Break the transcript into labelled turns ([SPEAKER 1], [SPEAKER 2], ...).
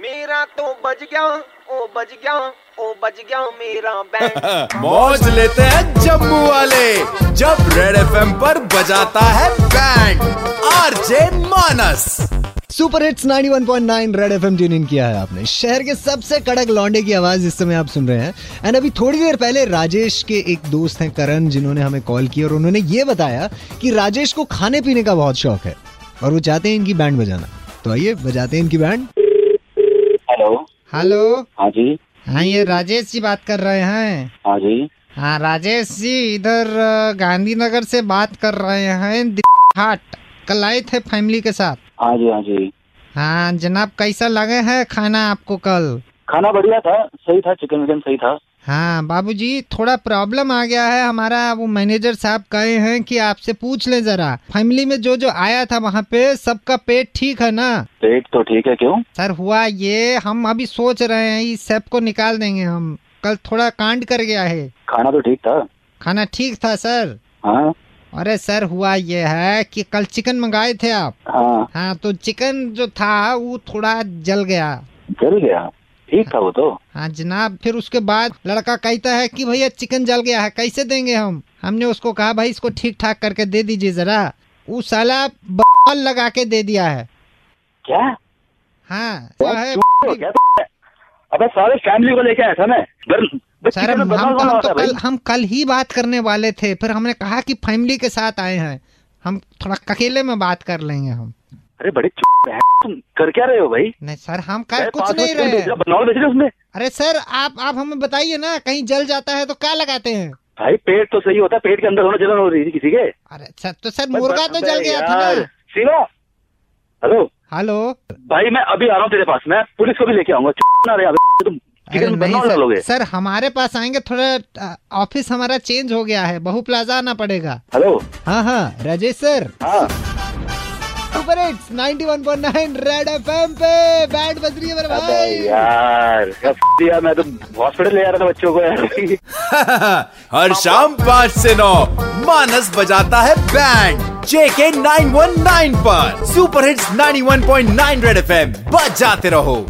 [SPEAKER 1] मेरा तो बज गया ओ बज गया ओ बज गया मेरा बैंड
[SPEAKER 2] मौज लेते हैं जम्मू वाले जब रेड एफएम पर बजाता है band RJ Manas
[SPEAKER 3] super hits 91.9 red FM tune in किया है आपने शहर के सबसे कड़क लौंडे की आवाज इस समय आप सुन रहे हैं एंड अभी थोड़ी देर पहले राजेश के एक दोस्त हैं करण जिन्होंने हमें कॉल किया और उन्होंने ये बताया कि राजेश को खाने पीने का बहुत शौक है और वो चाहते हैं इनकी बैंड बजाना तो आइए बजाते हैं इनकी बैंड
[SPEAKER 4] हेलो
[SPEAKER 5] हेलो
[SPEAKER 4] हाँ जी
[SPEAKER 5] हाँ ये राजेश जी बात कर रहे हैं
[SPEAKER 4] हाँ जी
[SPEAKER 5] हाँ राजेश जी इधर अ, गांधीनगर से बात कर रहे हैं दि- हाट कल आए थे फैमिली के साथ
[SPEAKER 4] हाँ जी हाँ जी
[SPEAKER 5] हाँ जनाब कैसा लगे है खाना आपको कल
[SPEAKER 4] खाना बढ़िया था सही था चिकन विकन सही था
[SPEAKER 5] हाँ बाबूजी थोड़ा प्रॉब्लम आ गया है हमारा वो मैनेजर साहब कहे हैं कि आपसे पूछ लें जरा फैमिली में जो जो आया था वहाँ पे सबका पेट ठीक है ना
[SPEAKER 4] पेट तो ठीक है क्यों
[SPEAKER 5] सर हुआ ये हम अभी सोच रहे हैं इस सेब को निकाल देंगे हम कल थोड़ा कांड कर गया है
[SPEAKER 4] खाना तो ठीक था
[SPEAKER 5] खाना ठीक था सर
[SPEAKER 4] हाँ
[SPEAKER 5] अरे सर हुआ ये है कि कल चिकन मंगाए थे आप
[SPEAKER 4] हाँ
[SPEAKER 5] हाँ तो चिकन जो था वो थोड़ा जल गया
[SPEAKER 4] जल गया ठीक था वो तो
[SPEAKER 5] हाँ जनाब फिर उसके बाद लड़का कहता है कि भैया चिकन जल गया है कैसे देंगे हम हमने उसको कहा भाई इसको ठीक ठाक करके दे दीजिए जरा वो साला बाल लगा के दे दिया है
[SPEAKER 4] क्या
[SPEAKER 5] हाँ वो है
[SPEAKER 4] तो क्या तो है? अबे सारे फैमिली को लेके आया था मैं बर- बस
[SPEAKER 5] सर
[SPEAKER 4] चिकन
[SPEAKER 5] हम,
[SPEAKER 4] में बर्बाद
[SPEAKER 5] हम,
[SPEAKER 4] होना
[SPEAKER 5] हम तो
[SPEAKER 4] होता है भाई
[SPEAKER 5] कल हम कल ही बात करने वाले थे फिर हमने कहा कि फैमिली के साथ आए हैं हम थोड़ा अकेले में बात कर लेंगे हम
[SPEAKER 4] अरे बड़े चुप है तुम कर क्या रहे हो भाई
[SPEAKER 5] नहीं सर हम
[SPEAKER 4] अरे
[SPEAKER 5] कर कुछ
[SPEAKER 4] पाँच
[SPEAKER 5] नहीं
[SPEAKER 4] सौ चिकन
[SPEAKER 5] रहे
[SPEAKER 4] बेच
[SPEAKER 5] हैं
[SPEAKER 4] रहा, बनाओ बेच रहे उसमें
[SPEAKER 5] अरे सर आप आप हमें बताइए ना कहीं जल जाता है तो क्या लगाते हैं
[SPEAKER 4] भाई पेट तो सही होता है पेट के अंदर होना जलन हो रही थी किसी के
[SPEAKER 5] अरे सर तो सर
[SPEAKER 4] बस-
[SPEAKER 5] मुर्गा तो
[SPEAKER 4] अबे
[SPEAKER 5] जल गया था
[SPEAKER 4] यार,
[SPEAKER 5] ना
[SPEAKER 4] शिवा हेलो
[SPEAKER 5] हेलो
[SPEAKER 4] भाई मैं अभी आ रहा हूँ तेरे पास मैं पुलिस को भी लेके आऊंगा चुप ना रहे अबे, तुम
[SPEAKER 5] अरे
[SPEAKER 4] चिकन में
[SPEAKER 5] नहीं
[SPEAKER 4] बनवा
[SPEAKER 5] सर,
[SPEAKER 4] लोगे
[SPEAKER 5] सर हमारे पास आएंगे थोड़ा अ, ऑफिस हमारा चेंज हो गया है बहु प्लाजा आना पड़ेगा
[SPEAKER 4] हेलो
[SPEAKER 3] हाँ हाँ राजेश सर
[SPEAKER 4] हाँ
[SPEAKER 3] सुपर हिट्स 91.9 रेड एफएम पे बैंड बज रही है मेरे
[SPEAKER 4] अबे
[SPEAKER 3] भाई
[SPEAKER 4] यार क्या f- दिया मैं तो हॉस्पिटल ले जा रहा था बच्चों को यार
[SPEAKER 2] हर शाम पाँच से नौ मानस बजाता है बैंड जेके 919 पर सुपर हिट्स 91.9 रेड एफएम बजाते रहो